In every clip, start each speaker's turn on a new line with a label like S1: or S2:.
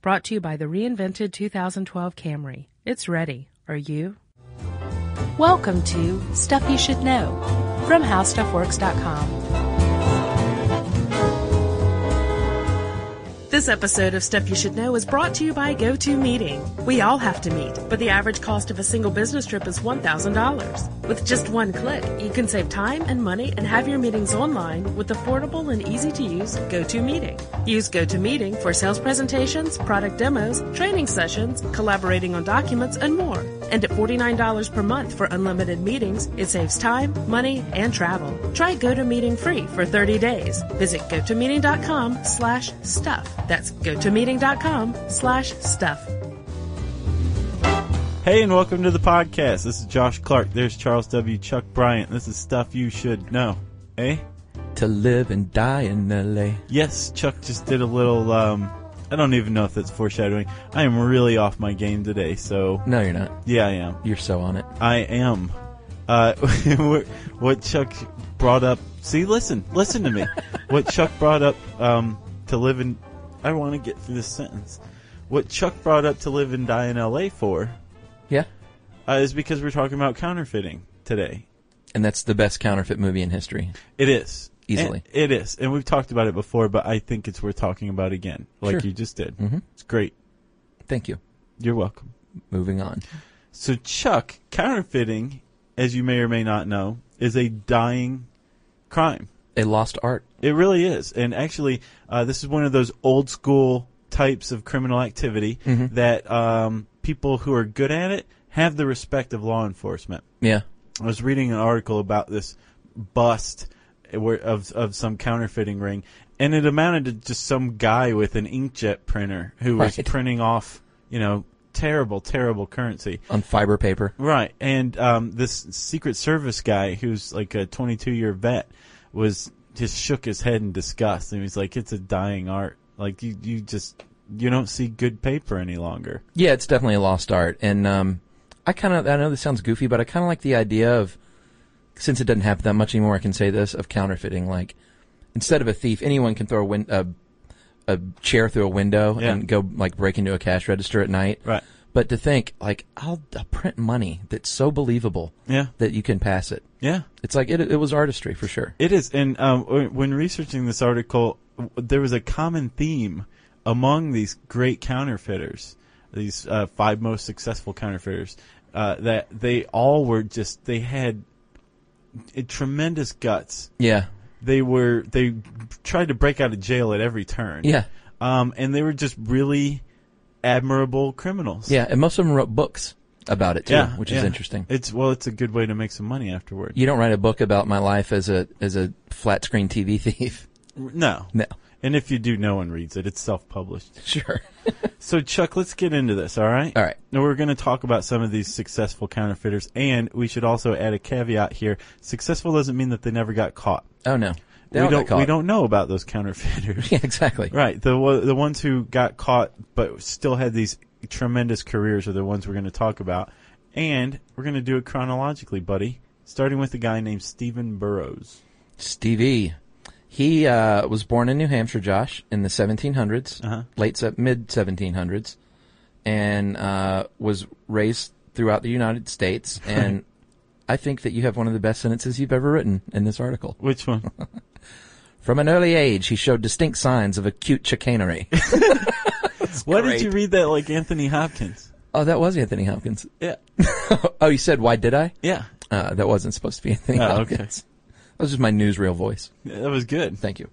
S1: Brought to you by the reinvented 2012 Camry. It's ready. Are you? Welcome to Stuff You Should Know from HowStuffWorks.com. This episode of Stuff You Should Know is brought to you by GoToMeeting. We all have to meet, but the average cost of a single business trip is $1,000. With just one click, you can save time and money and have your meetings online with affordable and easy to use GoToMeeting. Use GoToMeeting for sales presentations, product demos, training sessions, collaborating on documents, and more. And at $49 per month for unlimited meetings, it saves time, money, and travel. Try GoToMeeting free for 30 days. Visit gotomeeting.com slash stuff. That's gotomeeting.com slash stuff.
S2: Hey, and welcome to the podcast. This is Josh Clark. There's Charles W. Chuck Bryant. This is stuff you should know. Eh?
S3: to live and die in LA.
S2: Yes, Chuck just did a little, um, I don't even know if that's foreshadowing. I am really off my game today, so.
S3: No, you're not.
S2: Yeah, I am.
S3: You're so on it.
S2: I am. Uh, what- what Chuck brought up. See, listen, listen to me. what Chuck brought up um, to live in. I want to get through this sentence. What Chuck brought up to live and die in LA for
S3: Yeah.
S2: uh, is because we're talking about counterfeiting today.
S3: And that's the best counterfeit movie in history.
S2: It is.
S3: Easily.
S2: And- it is. And we've talked about it before, but I think it's worth talking about again, like
S3: Sure.
S2: you just did. Mm-hmm. It's great.
S3: Thank you.
S2: You're welcome.
S3: Moving on.
S2: So, Chuck, counterfeiting, as you may or may not know, is a dying crime.
S3: A lost art.
S2: It really is. And actually, uh, this is one of those old school types of criminal activity
S3: Mm-hmm.
S2: that um, people who are good at it have the respect of law enforcement.
S3: Yeah.
S2: I was reading an article about this bust where- of of some counterfeiting ring, and it amounted to just some guy with an inkjet printer who was
S3: Right.
S2: printing off, you know, terrible, terrible currency.
S3: On fiber paper.
S2: Right, and um, this Secret Service guy, who's like a 22 year vet, was just shook his head in disgust, and he's like, "It's a dying art. Like you, you just you don't see good paper any longer."
S3: Yeah, it's definitely a lost art. And um, I kind of, I know this sounds goofy, but I kind of like the idea of, since it doesn't happen that much anymore, I can say this, of counterfeiting. Like, instead of a thief, anyone can throw a, win- a, a chair through a window
S2: Yeah.
S3: and go, like, break into a cash register at night.
S2: Right.
S3: But to think, like, I'll, I'll print money that's so believable
S2: Yeah.
S3: that you can pass it.
S2: Yeah.
S3: It's like, it, it was artistry for sure.
S2: It is, and um, w- when researching this article, w- there was a common theme among these great counterfeiters, these uh, five most successful counterfeiters, uh, that they all were just they had uh, tremendous guts.
S3: Yeah.
S2: They were they tried to break out of jail at every turn.
S3: Yeah.
S2: um, and they were just really admirable criminals.
S3: Yeah, and most of them wrote books about it too,
S2: yeah,
S3: which
S2: yeah.
S3: is interesting.
S2: It's well, it's a good way to make some money afterward.
S3: You don't write a book about my life as a as a flat screen TV thief.
S2: No,
S3: No,
S2: and if you do, no one reads it. It's self-published.
S3: sure.
S2: So, Chuck, let's get into this, all right?
S3: All right.
S2: Now, we're going to talk about some of these successful counterfeiters, and we should also add a caveat here. Successful doesn't mean that they never got caught.
S3: Oh no, They
S2: we
S3: all got
S2: don't,
S3: caught.
S2: we don't know about those counterfeiters.
S3: Yeah, exactly.
S2: Right. The, wo- the ones who got caught but still had these tremendous careers are the ones we're going to talk about. And we're going to do it chronologically, buddy, starting with a guy named Stephen Burrows.
S3: Stevie, he uh, was born in New Hampshire, Josh, in the 1700s,
S2: Uh-huh.
S3: late se- mid 1700s, and uh, was raised throughout the United States. And I think that you have one of the best sentences you've ever written in this article.
S2: Which one?
S3: From an early age, he showed distinct signs of acute chicanery.
S2: Why
S3: great.
S2: did you read that like Anthony Hopkins?
S3: oh, that was Anthony Hopkins.
S2: Yeah.
S3: Oh, you said, why did I?
S2: Yeah.
S3: Uh, that wasn't supposed to be anything.
S2: Oh,
S3: Hopkins.
S2: okay.
S3: That was just my newsreel voice.
S2: That was good.
S3: Thank you.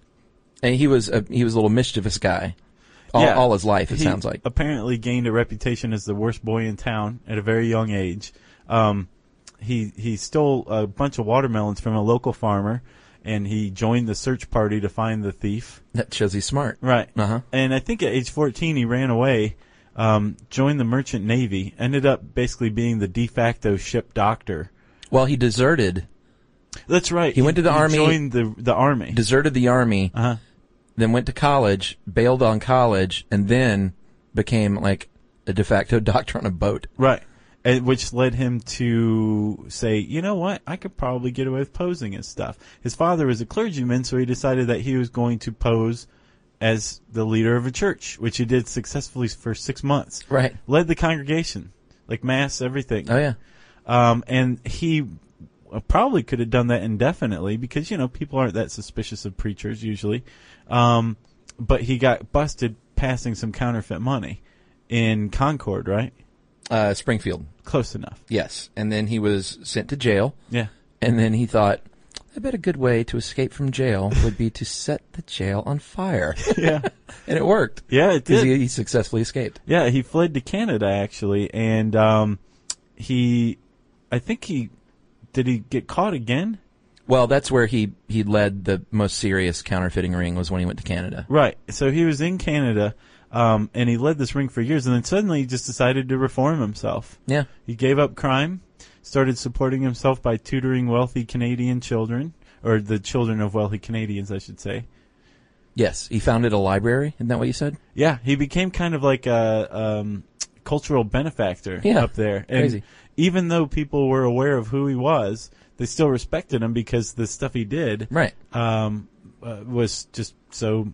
S3: And he was a, he was a little mischievous guy all,
S2: Yeah.
S3: all his life, it
S2: He
S3: sounds like.
S2: Apparently gained a reputation as the worst boy in town at a very young age. Um, he he stole a bunch of watermelons from a local farmer, and he joined the search party to find the thief.
S3: That shows he's smart.
S2: Right.
S3: Uh-huh.
S2: And I think at age fourteen he ran away, um, joined the merchant navy, ended up basically being the de facto ship doctor.
S3: Well, he deserted,
S2: That's right.
S3: He went to the army-
S2: Joined the the army.
S3: deserted the army,
S2: Uh-huh.
S3: then went to college, bailed on college, and then became like a de facto doctor on a boat.
S2: Right. And which led him to say, you know what, I could probably get away with posing and stuff. His father was a clergyman, so he decided that he was going to pose as the leader of a church, which he did successfully for six months.
S3: Right.
S2: Led the congregation, like mass, everything.
S3: Oh yeah.
S2: Um, and he uh, probably could have done that indefinitely because, you know, people aren't that suspicious of preachers usually. Um, but he got busted passing some counterfeit money in Concord, right?
S3: Uh, Springfield.
S2: Close enough.
S3: Yes. And then he was sent to jail.
S2: Yeah.
S3: And then he thought, I bet a good way to escape from jail would be to set the jail on fire.
S2: Yeah.
S3: and it worked.
S2: Yeah, it
S3: Because
S2: did.
S3: he, he successfully escaped.
S2: Yeah, he fled to Canada actually, and um, he, I think he, did he get caught again?
S3: Well, that's where he, he led the most serious counterfeiting ring was when he went to Canada.
S2: Right. So he was in Canada, um, and he led this ring for years, and then suddenly he just decided to reform himself.
S3: Yeah.
S2: He gave up crime, started supporting himself by tutoring wealthy Canadian children, or the children of wealthy Canadians, I should say.
S3: Yes. He founded a library. Isn't that what you said?
S2: Yeah, he became kind of like a um, cultural benefactor
S3: Yeah,
S2: up there. And
S3: crazy.
S2: even though people were aware of who he was, they still respected him because the stuff he did
S3: Right.
S2: um, uh, was just so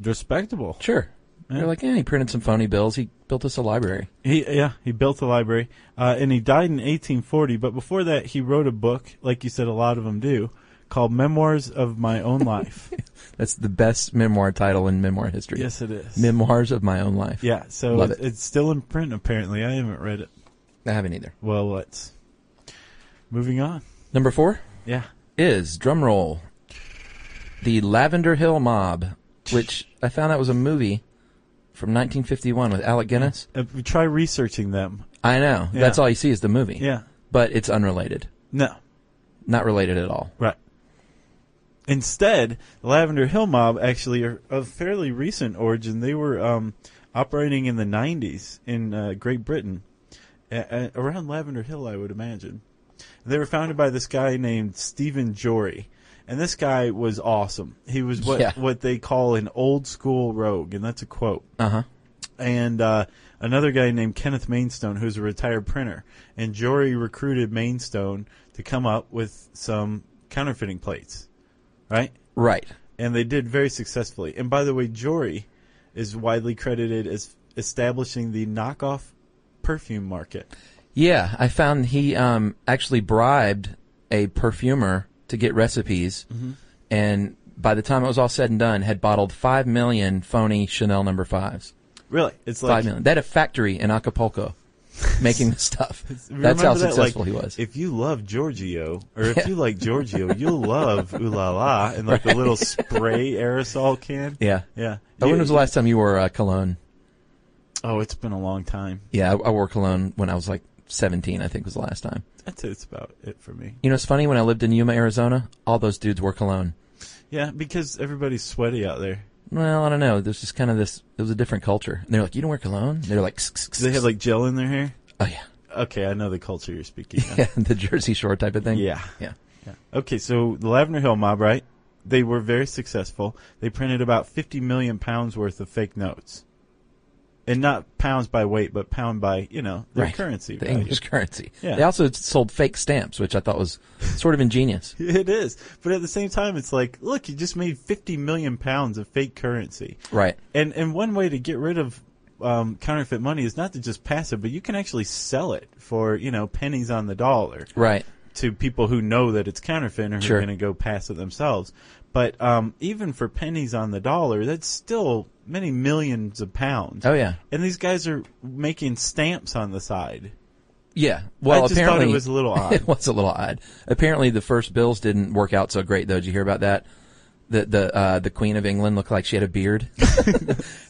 S2: respectable.
S3: Sure.
S2: Yeah.
S3: They're like, yeah, he printed some phony bills. He built us a library.
S2: He yeah, he built a library, uh, and he died in 1840. But before that, he wrote a book, like you said, a lot of them do, called "Memoirs of My Own Life."
S3: That's the best memoir title in memoir history.
S2: yes, it is.
S3: Memoirs of My Own Life.
S2: yeah, so
S3: Love
S2: it's,
S3: it.
S2: it's still in print. Apparently, I haven't read it.
S3: I haven't either.
S2: Well, let's moving on.
S3: Number four.
S2: Yeah.
S3: is drumroll the Lavender Hill Mob, which I found out was a movie from 1951 with Alec Guinness.
S2: Uh, we try researching them.
S3: I know
S2: Yeah.
S3: that's all you see is the movie,
S2: Yeah.
S3: but it's unrelated,
S2: No.
S3: not related at all.
S2: Right. Instead, the Lavender Hill Mob actually are of fairly recent origin. They were um, operating in the 90s in uh, Great Britain, a- a- around Lavender Hill, I would imagine. They were founded by this guy named Stephen Jory. And this guy was awesome. He was what,
S3: Yeah.
S2: what they call an old school rogue, and that's a quote.
S3: Uh huh.
S2: and uh, another guy named Kenneth Mainstone, who's a retired printer. And Jory recruited Mainstone to come up with some counterfeiting plates, right?
S3: Right.
S2: And they did very successfully. And by the way, Jory is widely credited as establishing the knockoff perfume market.
S3: Yeah, I found he um, actually bribed a perfumer to get recipes,
S2: Mm-hmm.
S3: and by the time it was all said and done, had bottled five million phony Chanel number fives.
S2: Really, it's like
S3: Five million. They had a factory in Acapulco making the stuff. That's
S2: remember
S3: how
S2: that?
S3: successful
S2: Like,
S3: he was.
S2: If you love Giorgio, or if you like Giorgio, you'll love Ooh La La and like the little spray aerosol can.
S3: Yeah.
S2: yeah.
S3: Oh, when
S2: You-
S3: was the last time you wore uh, cologne?
S2: Oh, it's been a long time.
S3: Yeah, I, I wore cologne when I was like 17, I think was the last time.
S2: That's it's about it for me.
S3: You know, it's funny, when I lived in Yuma, Arizona, all those dudes wore cologne.
S2: Yeah, because everybody's sweaty out there.
S3: Well, I don't know. There's just kind of this, it was a different culture. And they were like, you don't wear cologne? They're like, "Kss, kss,
S2: Do they have
S3: kss."
S2: like gel in their hair?
S3: oh yeah.
S2: Okay, I know the culture you're speaking of.
S3: Yeah, the Jersey Shore type of thing.
S2: Yeah.
S3: Yeah.
S2: Okay, so the Lavender Hill mob, right? They were very successful. They printed about 50 million pounds worth of fake notes. And not pounds by weight, but pound by, you know, their
S3: Right.
S2: currency.
S3: The
S2: value.
S3: English currency.
S2: Yeah.
S3: They also sold fake stamps, which I thought was sort of ingenious.
S2: It is. But at the same time, it's like, look, you just made 50 million pounds of fake currency.
S3: Right.
S2: And and one way to get rid of um, counterfeit money is not to just pass it, but you can actually sell it for you know pennies on the dollar
S3: Right.
S2: to people who know that it's counterfeit and who
S3: Sure.
S2: are going to go pass it themselves. But um, even for pennies on the dollar, that's still many millions of pounds.
S3: Oh, yeah.
S2: And these guys are making stamps on the side.
S3: Yeah. Well,
S2: I just
S3: apparently
S2: thought it was a little odd.
S3: it was a little odd. Apparently, the first bills didn't work out so great, though. Did you hear about that? The the uh, the Queen of England looked like she had a beard,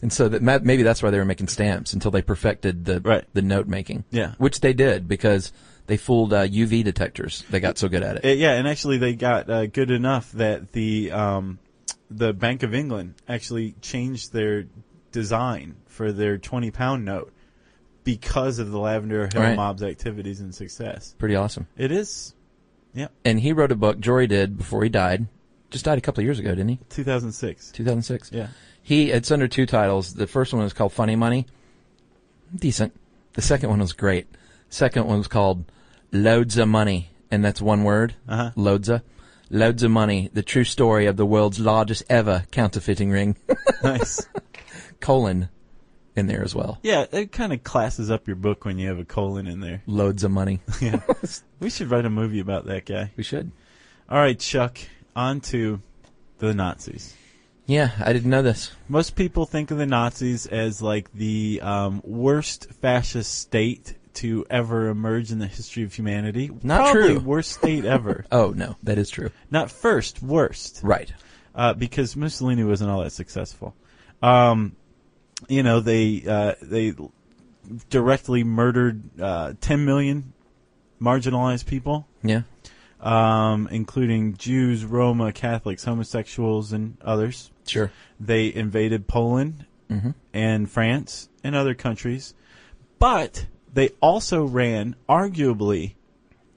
S3: and so that ma- maybe that's why they were making stamps until they perfected the
S2: Right.
S3: the note making.
S2: Yeah.
S3: which they did because they fooled uh, UV detectors. They got so good at it.
S2: Uh, yeah, and actually they got uh, good enough that the um, the Bank of England actually changed their design for their twenty pound note because of the Lavender Hill
S3: Right.
S2: mob's activities and success.
S3: Pretty awesome.
S2: It is, yeah,
S3: And he wrote a book. Jory did before he died. Just died a couple of years ago, didn't he?
S2: two thousand six.
S3: 2006.
S2: Yeah,
S3: He it's under two titles. The first one was called Funny Money, decent. The second one was great. Second one was called Loads of Money, and that's one word.
S2: Uh-huh.
S3: Loads of. Loads of money. The true story of the world's largest ever counterfeiting ring.
S2: nice.
S3: colon in there as well.
S2: Yeah, it kind of classes up your book when you have a colon in there.
S3: Loads of money.
S2: Yeah. we should write a movie about that guy.
S3: We should.
S2: All right, Chuck, on to the Nazis.
S3: Yeah, I didn't know this.
S2: Most people think of the Nazis as like the um, worst fascist state to ever emerge in the history of humanity.
S3: Not
S2: Probably
S3: true.
S2: Worst state ever.
S3: Oh no, that is true.
S2: Not first, worst.
S3: Right.
S2: uh, because Mussolini wasn't all that successful. Um, you know, they uh, they directly murdered uh, 10 million marginalized people,
S3: Yeah.
S2: um, including Jews, Roma, Catholics, homosexuals, and others.
S3: Sure.
S2: They invaded Poland and France and other countries, but they also ran arguably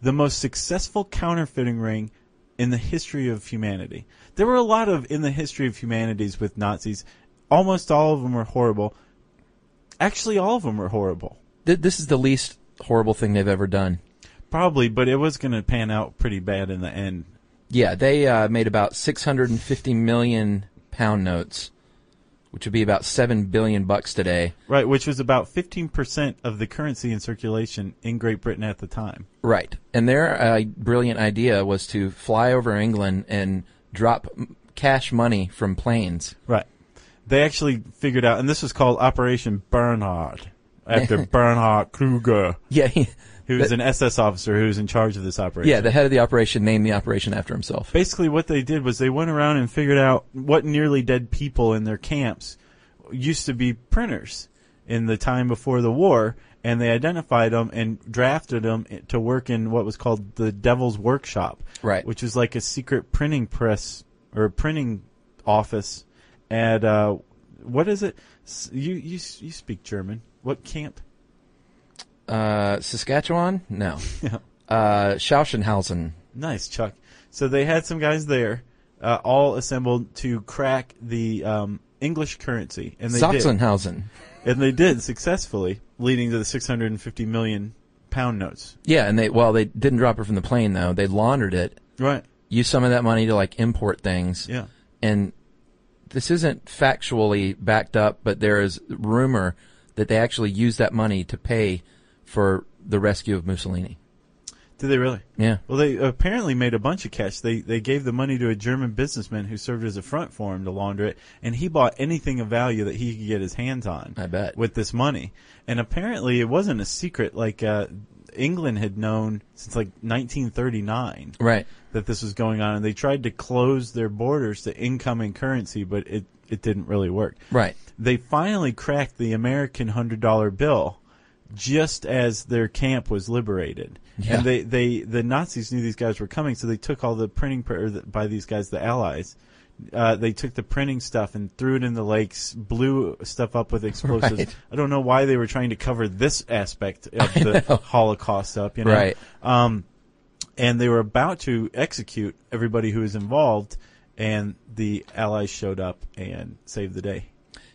S2: the most successful counterfeiting ring in the history of humanity. There were a lot of in the history of humanities with Nazis. Almost all of them were horrible. Actually, all of them were horrible.
S3: Th- this is the least horrible thing they've ever done.
S2: Probably, but it was going to pan out pretty bad in the end.
S3: Yeah, they uh, made about 650 million pound notes, which would be about 7 billion bucks today.
S2: Right, which was about 15% of the currency in circulation in Great Britain at the time.
S3: Right. And their uh, brilliant idea was to fly over England and drop m- cash money from planes.
S2: Right. They actually figured out, and this was called Operation Bernhard, after Bernhard Kruger,
S3: Yeah. he-
S2: who was
S3: the-
S2: an SS officer who was in charge of this operation.
S3: yeah, the head of the operation named the operation after himself.
S2: Basically, what they did was they went around and figured out what nearly dead people in their camps used to be printers in the time before the war, and they identified them and drafted them to work in what was called the Devil's Workshop,
S3: Right.
S2: Which was like a secret printing press or printing office at uh, what is it? S- You you s- you speak German? What camp?
S3: Uh, Saskatchewan? No. Uh, Schausenhausen.
S2: Nice, Chuck. So they had some guys there, uh, all assembled to crack the um, English currency, and they did,
S3: Sachsenhausen.
S2: and they did successfully, leading to the 650 million pound notes.
S3: Yeah, and they well, they didn't drop it from the plane though. They laundered it,
S2: Right.
S3: used some of that money to like import things.
S2: Yeah.
S3: And this isn't factually backed up, but there is rumor that they actually used that money to pay for the rescue of Mussolini.
S2: Did they really?
S3: Yeah.
S2: Well, they apparently made a bunch of cash. They they gave the money to a German businessman who served as a front for him to launder it, and he bought anything of value that he could get his hands on.
S3: I bet.
S2: with this money, and apparently it wasn't a secret. Like uh, England had known since like 1939
S3: Right.
S2: that this was going on, and they tried to close their borders to incoming currency, but it it didn't really work.
S3: Right.
S2: They finally cracked the American hundred dollar bill just as their camp was liberated.
S3: Yeah.
S2: And they, they the Nazis knew these guys were coming, so they took all the printing pr- or the, by these guys, the Allies. Uh, they took the printing stuff and threw it in the lakes, blew stuff up with explosives.
S3: Right.
S2: I don't know why they were trying to cover this aspect of the Holocaust up, you know?
S3: Right.
S2: Um, and they were about to execute everybody who was involved, and the Allies showed up and saved the day.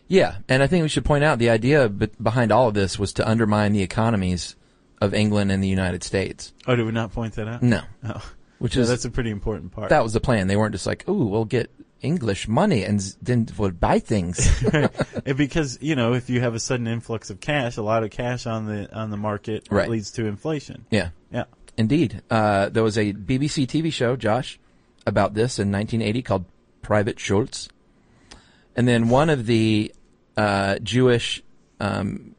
S3: Yeah, and I think we should point out the idea be- behind all of this was to undermine the economies of England and the United States.
S2: Oh, did we not point that out?
S3: No.
S2: Oh.
S3: Which
S2: Yeah,
S3: is
S2: that's a pretty important part.
S3: that was the plan. They weren't just like, "Ooh, we'll get English money and s- then we'll buy things."
S2: And because you know, if you have a sudden influx of cash, a lot of cash on the on the market
S3: Right.
S2: leads to inflation.
S3: yeah,
S2: Yeah.
S3: indeed. Uh, there was a BBC TV show, Josh, about this in 1980 called Private Schultz, and then one of the uh, Jewish um,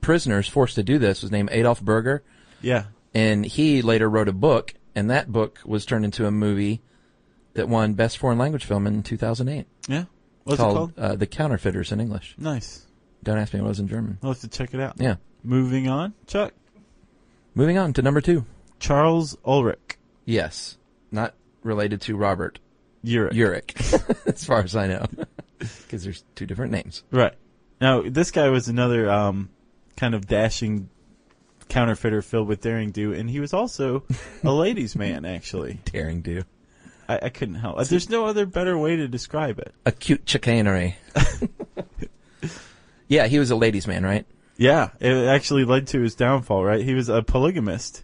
S3: prisoners forced to do this was named Adolf Berger.
S2: Yeah.
S3: and he later wrote a book, and that book was turned into a movie that won Best Foreign Language Film in 2008.
S2: Yeah. What's it called?
S3: Uh, the Counterfeiters in English.
S2: Nice.
S3: Don't ask me what it was in German.
S2: I'll have to check it out.
S3: Yeah.
S2: Moving on, Chuck.
S3: Moving on to number two.
S2: Charles Ulrich.
S3: Yes, not related to Robert
S2: Europe.
S3: Urich, as far as I know, because there's two different names.
S2: Right. Now, this guy was another um, kind of dashing counterfeiter filled with daring do, and he was also a ladies' man, actually.
S3: Daring do.
S2: I, I couldn't help. Uh, There's no other better way to describe it.
S3: Acute chicanery. yeah, he was a ladies' man, right?
S2: Yeah, it actually led to his downfall, right? He was a polygamist.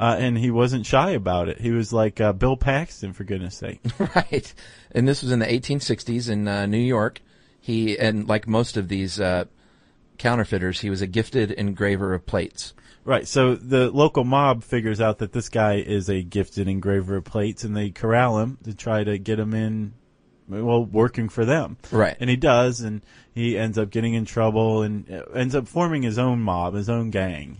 S2: Uh, and he wasn't shy about it. He was like uh, Bill Paxton, for goodness sake.
S3: right. And this was in the 1860s in uh, New York. He and like most of these uh, counterfeiters, he was a gifted engraver of plates.
S2: right. So the local mob figures out that this guy is a gifted engraver of plates, and they corral him to try to get him in, well, working for them.
S3: Right.
S2: And he does, and he ends up getting in trouble, and uh, ends up forming his own mob, his own gang,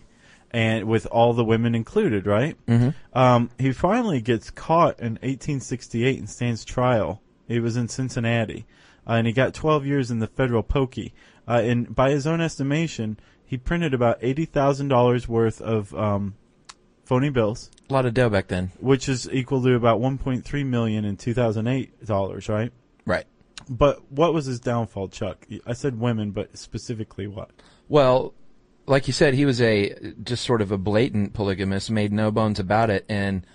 S2: and with all the women included. Right. Mm-hmm. Um, he finally gets caught in 1868 and stands trial. He was in Cincinnati, uh, and he got 12 years in the federal pokey. Uh, and by his own estimation, he printed about eighty thousand dollars worth of um, phony bills,
S3: A lot of dough back then.
S2: which is equal to about 1.3 million in 2008 dollars. Right.
S3: Right.
S2: But what was his downfall, Chuck? I said women, but specifically what?
S3: Well, like you said, he was a just sort of a blatant polygamist, made no bones about it, and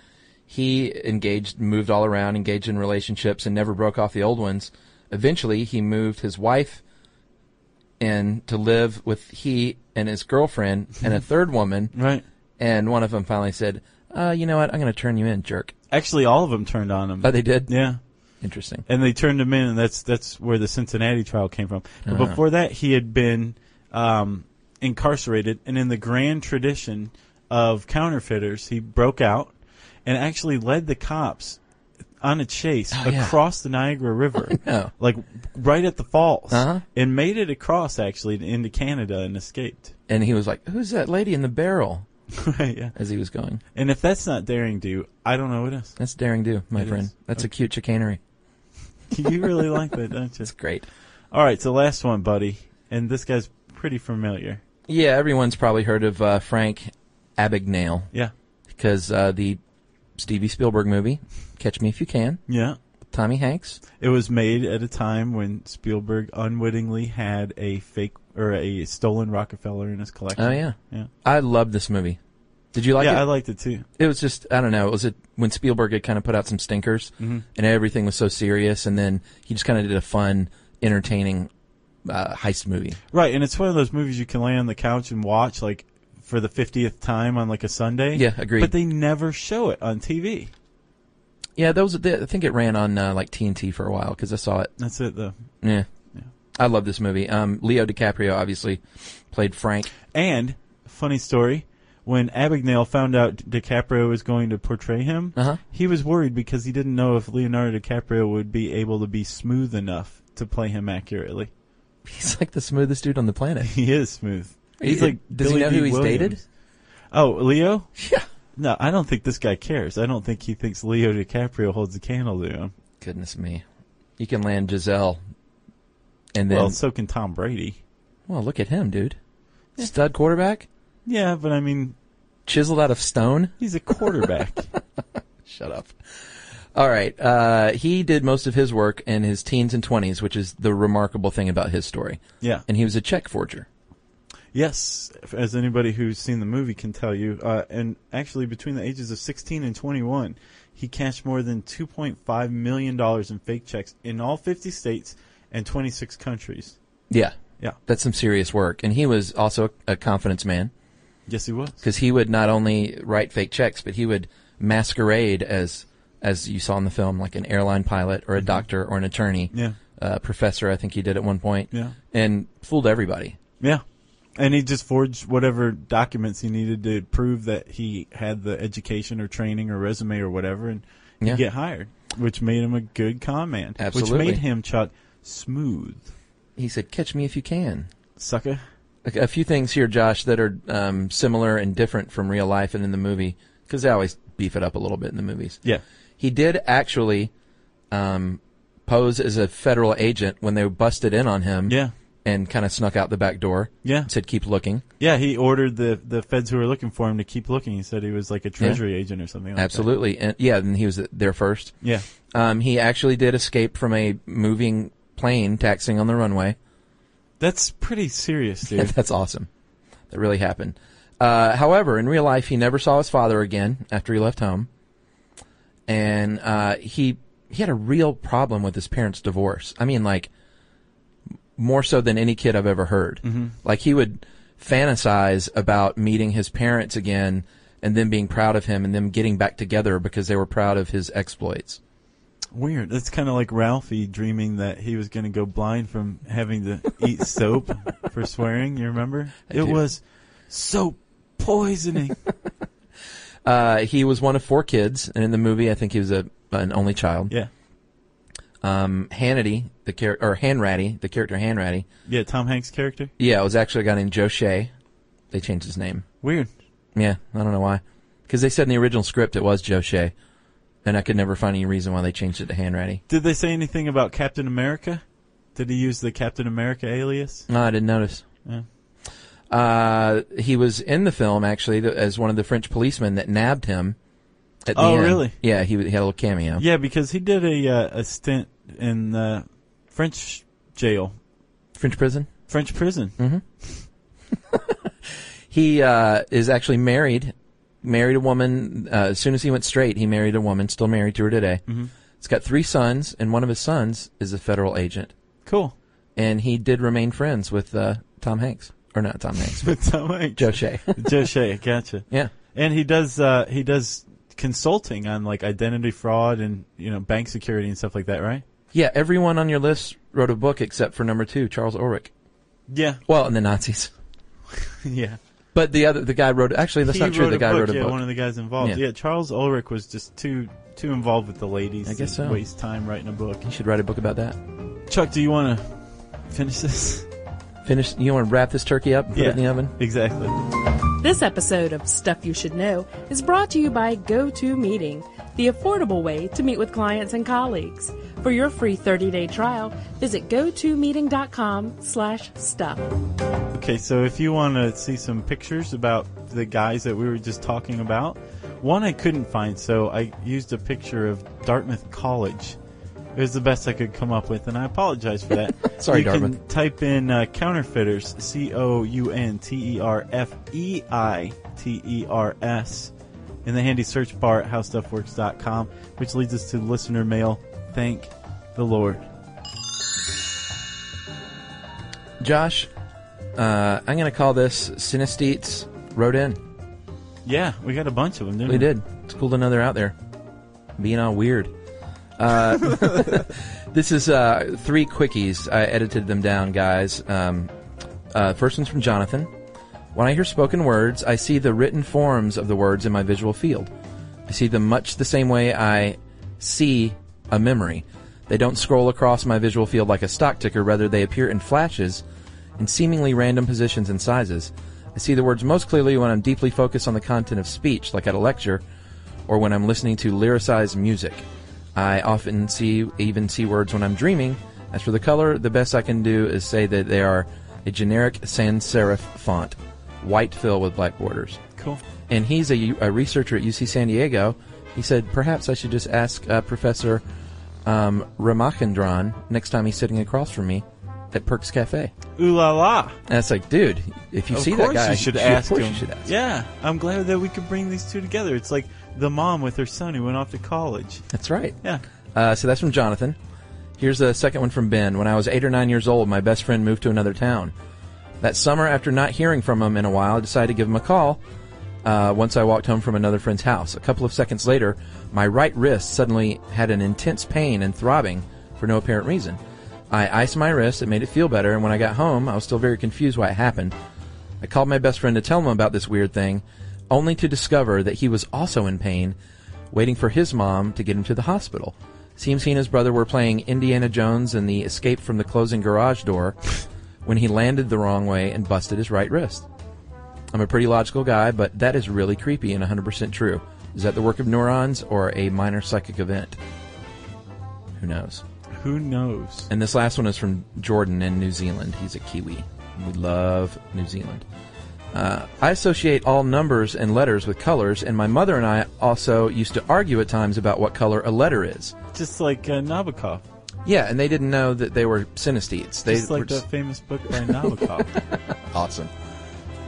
S3: he engaged, moved all around, engaged in relationships, and never broke off the old ones. Eventually, he moved his wife in to live with he and his girlfriend and a third woman,
S2: Right.
S3: and one of them finally said, uh, "You know what? I'm going to turn you in, jerk."
S2: Actually, all of them turned on him.
S3: Oh, they did.
S2: yeah.
S3: Interesting.
S2: And they turned him in, and that's that's where the Cincinnati trial came from. But before that, he had been um, incarcerated, and in the grand tradition of counterfeiters, he broke out and actually led the cops on a chase
S3: Oh, yeah.
S2: across the Niagara River,
S3: no.
S2: like right at the falls,
S3: Uh-huh.
S2: and made it across actually into Canada and escaped.
S3: And he was like, "Who's that lady in the barrel?"
S2: right, yeah.
S3: As he was going,
S2: And if that's not daring do, I don't know what is.
S3: that's daring do, my
S2: It
S3: friend.
S2: is.
S3: That's a cute chicanery.
S2: You really like that, don't you?
S3: It's great.
S2: All right, so last one, buddy. And this guy's pretty familiar.
S3: Yeah, everyone's probably heard of uh, Frank Abagnale
S2: Yeah.
S3: because uh, the Stevie Spielberg movie, Catch Me If You Can,
S2: Yeah.
S3: Tommy Hanks.
S2: It was made at a time when Spielberg unwittingly had a fake or a stolen Rockefeller in his collection.
S3: Oh, yeah.
S2: Yeah.
S3: I loved this movie. Did you like
S2: yeah,
S3: it?
S2: I liked it too.
S3: it was just I don't know. It was a, when Spielberg had kind of put out some stinkers, and everything was so serious, and then he just kind of did a fun, entertaining uh, heist movie.
S2: Right, and it's one of those movies you can lay on the couch and watch like for the 50th time on like a Sunday.
S3: Yeah, agreed.
S2: But they never show it on TV.
S3: Yeah, that was. I think it ran on uh, like TNT for a while because I saw it.
S2: That's it though.
S3: Yeah. I love this movie. Um, Leo DiCaprio obviously played Frank.
S2: And funny story, when Abagnale found out DiCaprio was going to portray him,
S3: Uh-huh.
S2: he was worried because he didn't know if Leonardo DiCaprio would be able to be smooth enough to play him accurately.
S3: He's like the smoothest dude on the planet.
S2: He is smooth. He's
S3: He-
S2: like
S3: does he
S2: Billy
S3: know
S2: D.
S3: who he's
S2: Williams.
S3: dated?
S2: Oh, Leo?
S3: Yeah.
S2: No, I don't think this guy cares. I don't think he thinks Leo DiCaprio holds a candle to him.
S3: Goodness me. You can land Giselle. And then,
S2: well,
S3: well,
S2: so can Tom Brady.
S3: look at him, dude. Stud quarterback,
S2: Yeah, but I mean,
S3: chiseled out of stone.
S2: he's a quarterback.
S3: Shut up. All right. Uh, he did most of his work in his teens and 20s, which is the remarkable thing about his story.
S2: yeah.
S3: And he was a check forger.
S2: Yes, as anybody who's seen the movie can tell you. Uh, and actually, between the ages of 16 and 21, he cashed more than $2.5 million in fake checks in all 50 states and 26 countries.
S3: Yeah.
S2: Yeah.
S3: That's some serious work. And he was also a confidence man.
S2: Yes, he was.
S3: because he would not only write fake checks, but he would masquerade as as you saw in the film, like an airline pilot or a doctor or an attorney,
S2: Yeah.
S3: uh, professor. I think he did at one point,
S2: Yeah.
S3: and fooled everybody.
S2: Yeah. And he just forged whatever documents he needed to prove that he had the education or training or resume or whatever and he'd
S3: Yeah.
S2: get hired, which made him a good con man.
S3: Absolutely.
S2: Which made him, Chuck, smooth.
S3: He said, "Catch me if you can."
S2: Sucker.
S3: A, a few things here, Josh, that are um, similar and different from real life and in the movie, because they always beef it up a little bit in the movies.
S2: Yeah.
S3: He did actually um, pose as a federal agent when they busted in on him,
S2: Yeah.
S3: and kind of snuck out the back door.
S2: Yeah.
S3: said, "Keep looking."
S2: Yeah, he ordered the, the feds who were looking for him to keep looking. He said he was like a treasury agent or something like
S3: Absolutely, and yeah, and he was there first.
S2: that. Yeah.
S3: Um, he actually did escape from a moving plane taxiing on the runway.
S2: That's pretty serious, dude.
S3: That's awesome. That really happened. Uh, however, in real life, he never saw his father again after he left home, and uh, he he had a real problem with his parents' divorce. I mean, like more so than any kid I've ever heard. Like he would fantasize about meeting his parents again and them being proud of him and them getting back together because they were proud of his exploits.
S2: Weird. That's kind of like Ralphie dreaming that he was going to go blind from having to eat soap for swearing. You remember?
S3: I
S2: it
S3: do.
S2: was soap poisoning.
S3: Uh, he was one of four kids, and in the movie, I think he was a an only child.
S2: yeah.
S3: Um, Hannity, the char- or Hanratty, the character Hanratty.
S2: Yeah, Tom Hanks' character.
S3: Yeah, it was actually a guy named Joe Shea. They changed his name.
S2: Weird.
S3: Yeah, I don't know why. Because they said in the original script it was Joe Shea, and I could never find any reason why they changed it to Hanratty.
S2: Did they say anything about Captain America? Did he use the Captain America alias?
S3: No, Oh, I didn't notice.
S2: Yeah.
S3: Uh, he was in the film actually th- as one of the French policemen that nabbed him. At the
S2: Oh,
S3: end.
S2: really?
S3: Yeah, he, w- he had a little cameo.
S2: Yeah, because he did a uh, a stint in uh, French jail,
S3: French prison.
S2: French prison.
S3: He uh, is actually married. Married a woman. Uh, as soon as he went straight, he married a woman. Still married to her today. Mm-hmm. He's got three sons, and one of his sons is a federal agent.
S2: Cool.
S3: And he did remain friends with uh, Tom Hanks, or not Tom Hanks,
S2: But Tom Hanks.
S3: Joe Shea.
S2: Joe Shea, gotcha.
S3: yeah,
S2: And he does uh, he does consulting on like identity fraud and you know bank security and stuff like that, right?
S3: yeah. Everyone on your list wrote a book except for number two, Charles Ulrich.
S2: Yeah,
S3: Well, and the Nazis.
S2: yeah.
S3: But the other, the guy wrote. Actually, that's
S2: He
S3: not true.
S2: wrote
S3: The
S2: a
S3: guy
S2: book,
S3: wrote a
S2: yeah,
S3: book.
S2: One of the guys involved.
S3: Yeah.
S2: Yeah. Charles Ulrich was just too too involved with the ladies.
S3: I guess
S2: to
S3: so.
S2: Waste time writing a book.
S3: You should write a book about that.
S2: Chuck, do you want to finish this?
S3: Finish. You want to wrap this turkey up and put it in the oven?
S2: Exactly.
S1: This episode of Stuff You Should Know is brought to you by GoToMeeting, the affordable way to meet with clients and colleagues. For your free 30-day trial, visit gotomeeting.com slash stuff.
S2: Okay, so if you want to see some pictures about the guys that we were just talking about, one I couldn't find, so I used a picture of Dartmouth College. It was the best I could come up with, and I apologize for that.
S3: Sorry,
S2: you Can
S3: Dartmouth.
S2: type in uh, counterfeiters, C O U N T E R F E I T E R S, in the handy search bar at howstuffworks.com, which leads us to listener mail. Thank the Lord.
S3: Josh, uh, I'm going to call this synesthetes wrote in.
S2: Yeah, we got a bunch of them, didn't we?
S3: We did. It's cool to know they're out there, being all weird. Uh, this is uh, three quickies. I edited them down, guys. Um, uh, first one's from Jonathan. When I hear spoken words, I see the written forms of the words in my visual field. I see them much the same way I see a memory. They don't scroll across my visual field like a stock ticker, rather, they appear in flashes in seemingly random positions and sizes. I see the words most clearly when I'm deeply focused on the content of speech, like at a lecture, or when I'm listening to lyricized music. I often see even see words when I'm dreaming. As for the color, the best I can do is say that they are a generic sans serif font, white fill with black borders
S2: Cool.
S3: and he's a, a researcher at UC San Diego. He said, perhaps I should just ask uh, Professor um, Ramachandran next time he's sitting across from me at Perks Cafe.
S2: Ooh la la.
S3: And it's like, dude, if you
S2: of
S3: see
S2: course
S3: that guy,
S2: you should
S3: you
S2: ask
S3: of course
S2: him.
S3: you should ask.
S2: Yeah, I'm glad that we could bring these two together. It's like the mom with her son who went off to college.
S3: That's right.
S2: Yeah,
S3: Uh, so that's from Jonathan. Here's the second one from Ben. When I was eight or nine years old, my best friend moved to another town. That summer, after not hearing from him in a while, I decided to give him a call. Uh, once I walked home from another friend's house, a couple of seconds later, my right wrist suddenly had an intense pain and throbbing for no apparent reason. I iced my wrist; it made it feel better. And when I got home, I was still very confused why it happened. I called my best friend to tell him about this weird thing, only to discover that he was also in pain, waiting for his mom to get him to the hospital. Seems he and his brother were playing Indiana Jones and the escape from the closing garage door when he landed the wrong way and busted his right wrist. I'm a pretty logical guy, but that is really creepy and 100% true. Is that the work of neurons or a minor psychic event? Who knows?
S2: who knows?
S3: And this last one is from Jordan in New Zealand. He's a Kiwi. We love New Zealand. Uh, I associate all numbers and letters with colors, and my mother and I also used to argue at times about what color a letter is.
S2: Just like uh, Nabokov,
S3: Yeah, and they didn't know that they were synesthetes. They
S2: just
S3: were
S2: like
S3: just
S2: that famous book by Nabokov.
S3: awesome.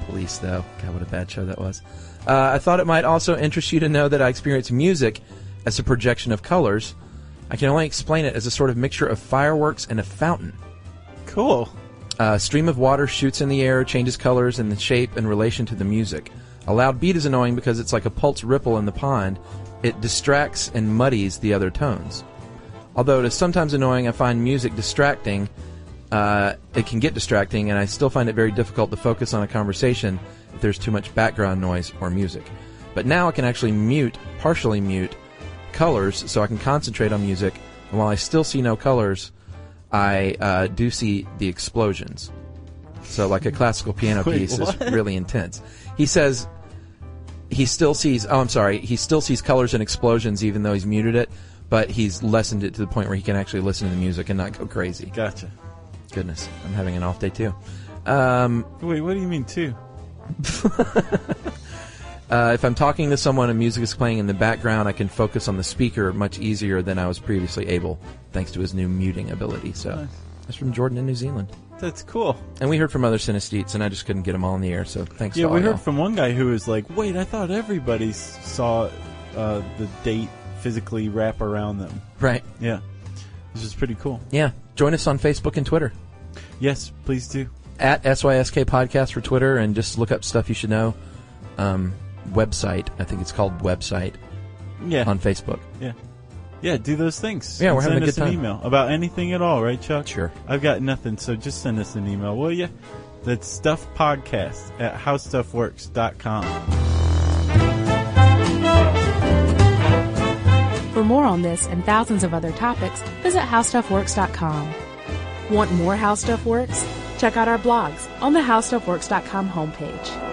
S3: Police, though. God, what a bad show that was. Uh, I thought it might also interest you to know that I experience music as a projection of colors. I can only explain it as a sort of mixture of fireworks and a fountain.
S2: cool.
S3: Uh, A stream of water shoots in the air, changes colors and the shape in relation to the music. A loud beat is annoying because it's like a pulse ripple in the pond. It distracts and muddies the other tones. Although it is sometimes annoying, I find music distracting. Uh, it can get distracting, and I still find it very difficult to focus on a conversation if there's too much background noise or music. But now I can actually mute, partially mute, colors so I can concentrate on music. And while I still see no colors, I uh, do see the explosions. So, like a classical piano
S2: Wait,
S3: piece is
S2: what?
S3: really intense. He says he still sees. Oh, I'm sorry. He still sees colors and explosions, even though he's muted it. But he's lessened it to the point where he can actually listen to the music and not go crazy.
S2: Gotcha.
S3: Goodness, I'm having an off day too. Um,
S2: Wait, what do you mean two?
S3: uh, if I'm talking to someone and music is playing in the background, I can focus on the speaker much easier than I was previously able, thanks to his new muting ability. So
S2: Nice.
S3: that's from Jordan in New Zealand.
S2: That's cool.
S3: And we heard from other synesthetes, and I just couldn't get them all in the air. So thanks.
S2: yeah,
S3: to all
S2: we
S3: y'all.
S2: heard from one guy who was like, "Wait, I thought everybody s- saw uh, the date physically wrap around them."
S3: right.
S2: Yeah, this is pretty cool.
S3: Yeah, join us on Facebook and Twitter.
S2: Yes, please do.
S3: at SYSK Podcast for Twitter and just look up stuff you should know. Um, website, I think it's called website
S2: Yeah,
S3: on Facebook.
S2: yeah, yeah. Do those things.
S3: Yeah,
S2: And
S3: we're having
S2: send
S3: a
S2: us
S3: good
S2: an
S3: time.
S2: email about anything at all, right, Chuck?
S3: Sure.
S2: I've got nothing, so just send us an email, will you? That's stuff podcast at howstuffworks.com.
S1: For more on this and thousands of other topics, visit howstuffworks.com. Want more How Stuff Works? Check out our blogs on the howstuffworks.com homepage.